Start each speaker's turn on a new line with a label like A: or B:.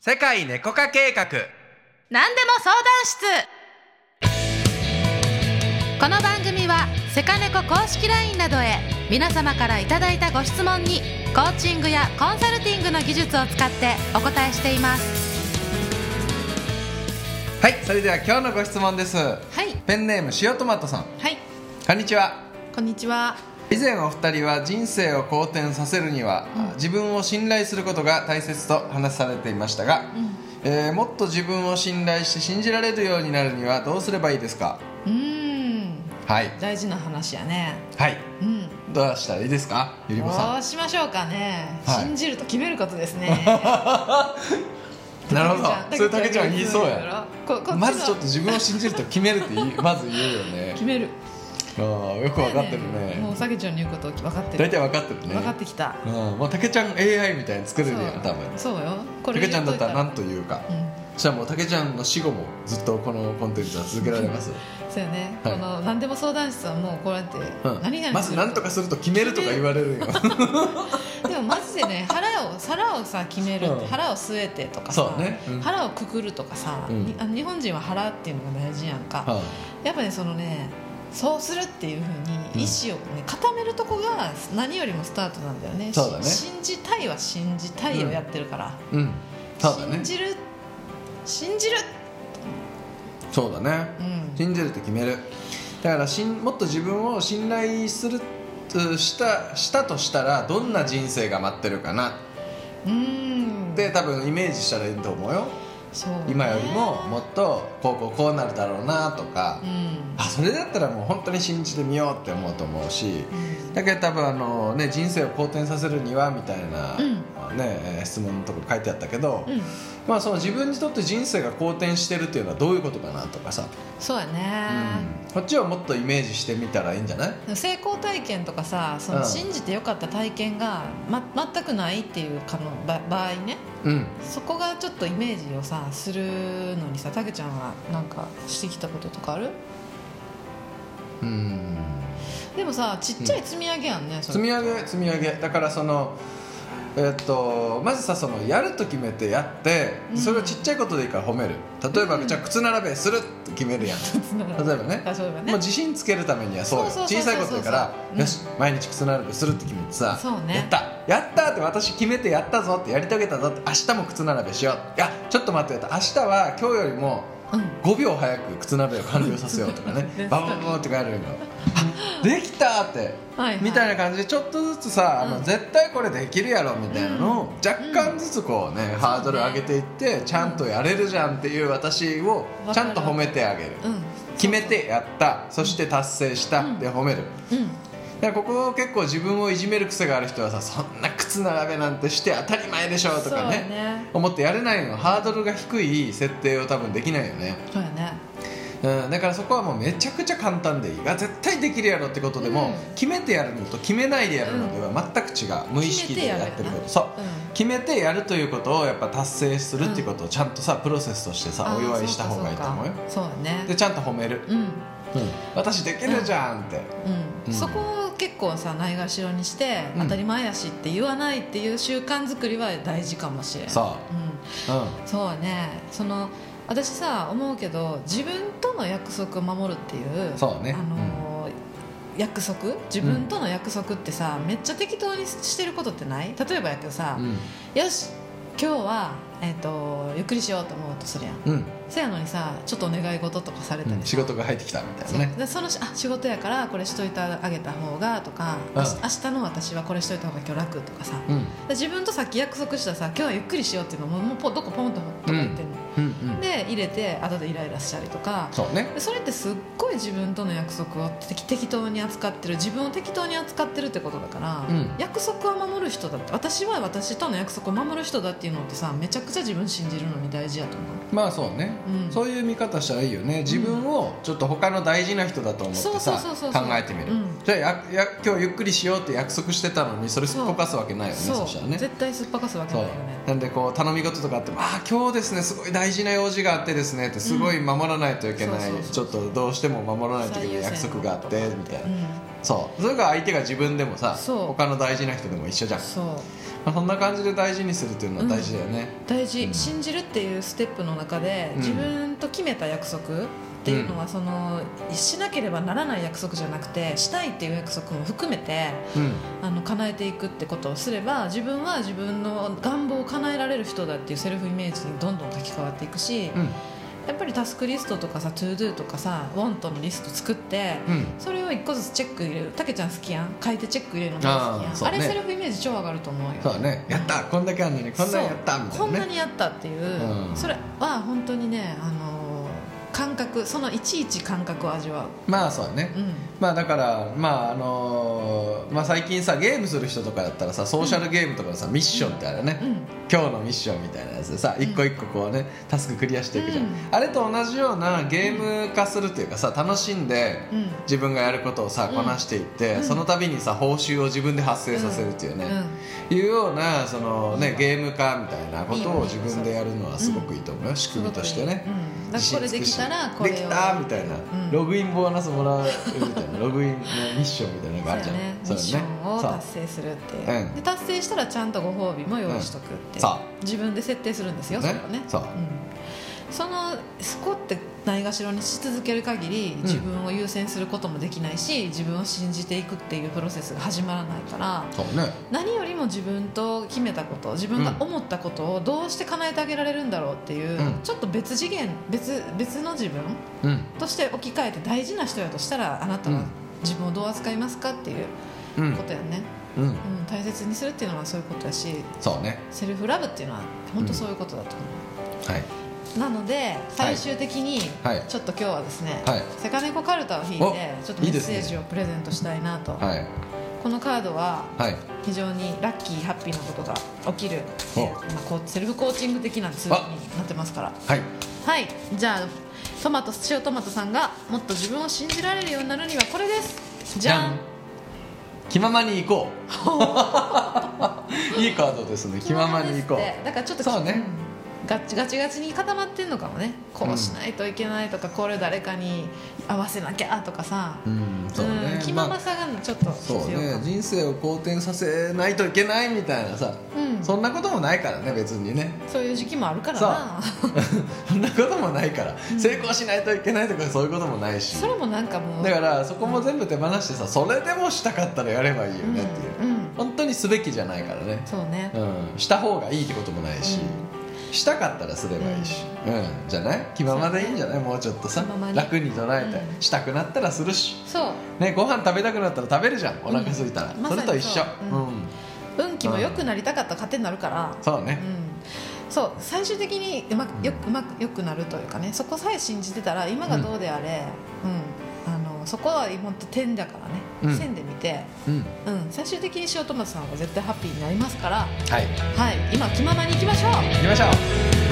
A: 世界猫化計画
B: 何でも相談室この番組はセカネコ公式 LINE などへ皆様からいただいたご質問にコーチングやコンサルティングの技術を使ってお答えしています
A: はいそれでは今日のご質問です
B: はい
A: ペンネーム塩トマトさん
B: はい
A: こんにちは
B: こんにちは
A: 以前お二人は人生を好転させるには、自分を信頼することが大切と話されていましたが、えーもっと自分を信頼して信じられるようになるにはどうすればいいですか
C: うーん
A: はい
C: 大事な話やね
A: はい
C: うん
A: どうしたらいいですかゆり
C: ど
A: こさ
C: うしましょうかね、
A: はい
C: 信じると決めることですね
A: ん なるほどそれたけ
C: 竹
A: ちゃん言いそうや
C: ここっちの
A: まずちょっと自分を信じると決めるって言いまず言うよ ね
C: 決める
A: あーよくわかってる
C: だよもう
A: ね
C: たけちゃんの言うこと分かって
A: 大
C: る
A: 体わかってるね
C: 分かってきた
A: うんもうたけちゃん AI みたいに作れるやん多分
C: そうそうよこ
A: たけちゃんだったら
C: 言
A: 何というか
C: といたらうん
A: そしたらもうたけちゃんの死後もずっとこのコンテンツは続けられます
C: そうよね、
A: はい
C: この何でも相談室はもうこうやって
A: うん
C: 何々
A: まず何とかすると決めるとか言われるよ
C: でもマジでね腹を皿をさ決めるって、
A: うん
C: 腹を据えてとかさ
A: そうねうん
C: 腹をくくるとかさ、
A: うん
C: にあの日本人は腹っていうのが大事やんか、
A: は
C: やっぱねそのねそうするっていうふ
A: う
C: う
A: ん
C: に意思を、ね固めるとこが何よりもスタートなんだよね
A: そうだね
C: し信じたいは信じたいをやってるから、
A: いうんそうだね
C: 信じる信じる
A: そうだね
C: うん
A: 信じるって決めるだからしんもっと自分を信頼するうんしたしたとしたらどんな人生が待ってるかな
C: うーん
A: で多分イメージしたらいいと思うよ
C: そうね
A: 今よりももっとこうこうこうなるだろうなとか
C: うん、うん
A: あそれだったらもう本当に信じてみようって思うと思うしだけど多分あの、ね、人生を好転させるにはみたいな、ねえー質問のとこ書いてあったけど、
C: うん
A: まあ、その自分にとって人生が好転してるっていうのはどういうことかなとかさ、
C: そうやね、
A: こっちをもっとイメージしてみたらいいんじゃない
C: 成功体験とかさその
A: うん
C: 信じてよかった体験が、ま、全くないっていうかのば場合ね
A: うん
C: そこがちょっとイメージをさするのにさたけちゃんはなんかしてきたこととかある
A: うん
C: でもさちっちゃい積み上げやんね、そ
A: 積み
C: れ
A: 上げ積み上げだからそのえっとまずさそのやると決めてやって
C: うん
A: それをちっちゃいことでいいから褒める例えば、じゃあ靴並べするって決めるやん例えばね
C: 例えば
A: も
C: ね
A: う自信つけるためにはそうよ
C: そうそうそう
A: 小さいことだから、
C: うん
A: よし毎日靴並べするって決めてさ、
C: そうね
A: やったやったって私決めてやったぞってやり遂げたぞって明日も靴並べしよういやちょっと待ってよと明日は今日よりも
C: うん
A: 5秒早く靴鍋を完了させようとか ね
C: ね
A: バババババって帰るのあできたって
C: はいはい
A: みたいな感じでちょっとずつさ、あ
C: う
A: の
C: ん
A: 絶対これできるやろみたいなのを若干ずつこうね、ハードル上げていって、ちゃんとやれるじゃんっていう私を
C: わかる
A: ちゃんと褒めてあげる、
C: うん
A: 決めてやったそして達成した、
C: うん
A: で褒める
C: うん
A: だからここ結構自分をいじめる癖がある人はさそんな靴並べなんてして当たり前でしょとかね
C: そうやね
A: 思ってやれないのハードルが低い設定を多分できないよね、
C: そうやね
A: うん、だからそこはもうめちゃくちゃ簡単でいいあ絶対できるやろってことでも、
C: うん
A: 決めてやるのと決めないでやるのでは全く違う、無意識でやってるこ
C: 決めてやるよ
A: と
C: な
A: そう、
C: うん
A: 決めてやるということをやっぱ達成するっていうことをちゃんとさプロセスとしてさ
C: あ
A: お
C: ー
A: 祝いした方がいいと思うよ
C: そうかそうや
A: で
C: ね
A: ちゃんと褒める、
C: うん
A: うん私できるじゃんって、う
C: うんんそこを結構さないがしろにして
A: うん
C: 当たり前やしって言わないっていう習慣作りは大事かもしれん、
A: そう
C: ん、
A: う
C: そうやねその私さ思うけど自分との約束を守るっていう
A: そうね
C: あのー約束自分との約束ってさ、めっちゃ適当にしてることってない例えばやけどさ、
A: ん
C: よし今日は、えっとゆっくりしようと思うとするやん
A: うん、うん
C: せやのにさちょっとお願い事とかされたりさ、
A: 仕事が入ってきたみたい
C: そ
A: な
C: う
A: ね
C: でそのしあ仕事やからこれしといてあげた方がとか、
A: うん
C: あし明日の私はこれしといた方が今日楽とかさ、
A: う
C: で
A: ん
C: 自分とさっき約束したさ今日はゆっくりしようっていうのももうポどこポンと入ってんの、
A: うんうん
C: で入れて後でイライラしたりとか
A: そうね
C: でそれってすっごい自分との約束をて適当に扱ってる自分を適当に扱ってるってことだから、
A: うん
C: 約束は守る人だって私は私との約束を守る人だっていうのってさめちゃくちゃ自分信じるのに大事やと思う
A: まあそうね、
C: うん
A: そういう見方したらいいよね自分をちょっと他の大事な人だと思ってさ
C: そうそうそう
A: 考
C: そう
A: えてみる、
C: うん
A: じゃあやや今日ゆっくりしようって約束してたのにそれすっぽかすわけないよねそ
C: そう
A: したらね
C: 絶対すっぱかすわけ
A: そ
C: な
A: う
C: いよね
A: なんでこう頼み事とかあっても「ああ今日ですねすごい大事な用事があってですね」ってすごい守らないといけない、
C: うん
A: ち
C: そ
A: ょ
C: う
A: っとどうしても守らないといけない約
C: 最優先
A: 束があってみたいな、
C: うん
A: そうそれが相手が自分でもさ
C: そう
A: 他の大事な人でも一緒じゃん
C: そう
A: まあ、そんな感じで大事にするというのは大事だよね、
C: 大事、
A: うん
C: 信じるっていうステップの中で、
A: うん
C: 自分と決めた約束っていうのは、そのしなければならない約束じゃなくてしたいっていう約束も含めて
A: うん
C: あの叶えていくってことをすれば自分は自分の願望を叶えられる人だっていうセルフイメージにどんどん書き換わっていくし、
A: うん
C: やっぱりタスクリストとかさトゥードゥとかさウォントのリスト作って、
A: うん
C: それを一個ずつチェック入れるたけちゃん好きやん書いてチェック入れるの大好きや
A: あー
C: ん
A: そう
C: あ,、
A: ね
C: れセルフイメージ超上がると思うよ
A: そうだねやったこんだけあんのにこんなにやったみたい
C: こん
A: な
C: な
A: ね
C: にやったっていう、
A: うん
C: それは本当にねあのー感覚そのいちいち感覚を味わう、
A: まあそうだね、
C: うん、
A: まあだからまああのーまあ、最近さゲームする人とかだったらさソーシャルゲームとかのさミッションってあるね、
C: うん
A: 今日のミッションみたいなやつでさ一個一個こうねタスククリアしていくじゃん、
C: うん
A: あれと同じようなゲーム化するというかさ楽しんで
C: うん
A: 自分がやることをさ
C: うん
A: こなしていって、
C: うん
A: その度にさ報酬を自分で発生させるっていうね、いうようなその、ね、ゲーム化みたいなことを自分でやるのはすごくいいと思うよ、仕
C: す
A: 組
C: ご
A: み
C: くいい
A: としてね、
C: うん、だからこれできたらこれを
A: できたみたいな、
C: ん
A: ログインボーナスもらうみたいなログインのミッションみたいなのがあるじゃん
C: そうやねミッシ
A: だ
C: ョンを
A: そう
C: 達成するっていう
A: そううん
C: で達成したらちゃんとご褒美も用意しとくっていう、
A: そ
C: 自分で設定するんですよそれはね
A: そう
C: うんそのそこってないがしろにし続ける限り自分を優先することもできないし、自分を信じていくっていうプロセスが始まらないから
A: うそうね
C: 何よりも自分と決めたこと自分が思ったことをどうして叶えてあげられるんだろうっていう、
A: うん
C: ちょっと別次元別別の自分
A: うん
C: として置き換えて大事な人やとしたらあなた
A: う
C: は
A: ん
C: 自分をどう扱いますかっていう
A: うん
C: ことやね、
A: うん
C: うん、大切にするっていうのはそういうことやし
A: そうね
C: セルフラブっていうのは本当そういうことだと思う、
A: はい
C: なので最終的に
A: はい
C: ちょっと今日はですね、
A: はい
C: セカネコカルタを引いて
A: お
C: ちょっとメ
A: いい
C: ッ
A: です
C: セ
A: ね
C: ージをプレゼントしたいなと
A: はい
C: このカードは
A: はい
C: 非常にラッキーハッピーなことが起きる
A: お
C: まあこうセルフコーチング的なツールになってますから
A: はい
C: はいじゃあトマト塩トマトさんがもっと自分を信じられるようになるにはこれですじゃん
A: 気ままに行 こういいカードですね気ままに行こ
C: ですって
A: う
C: だからちょっと
A: そうね
C: うんガチガチガチに固まってんのかもねこうしないといけないとか、これ誰かに合わせなきゃとかさ、
A: うんそう
C: うん
A: ね
C: 気ま
A: ま
C: ま
A: あ
C: さがちょっと必要
A: そう
C: かも、
A: ね人生を好転させないといけないみたいなさ
C: うん
A: そんなこともないからね別に ね
C: そういう時期もあるからな
A: そんなこともないから成功しないといけないとかそういうこともないし
C: それもなんかもう
A: だからそこも全部手放してさそれでもしたかったらやればいいよねっていう、
C: うんうん
A: 本当にすべきじゃないからね、
C: そうね、
A: うん、した方がいいってこともないし、したかったらすればいいし、うんじゃない気ままでいいんじゃないもうちょっとさ
C: 気ままに
A: 楽に捉えて、
C: うん
A: したくなったらするし、
C: そう
A: ね、ご飯食べたくなったら食べるじゃんお腹空いたら、
C: うんま
A: そ
C: さ
A: れ
C: に
A: と一緒
C: そう
A: う、
C: うん運気も良くなりたかったら糧になるから、
A: そう
C: う
A: ね
C: ん、そう最終的にうまくよくうまく良くなるというかねそこさえ信じてたら今がどうであれ、うんあのそこは本当点だからね、
A: うん
C: 線で見て、
A: うん、
C: うん、最終的に塩トマトさんは絶対ハッピーになりますから
A: はい
C: はい今気ままにいきましょう
A: 行きましょう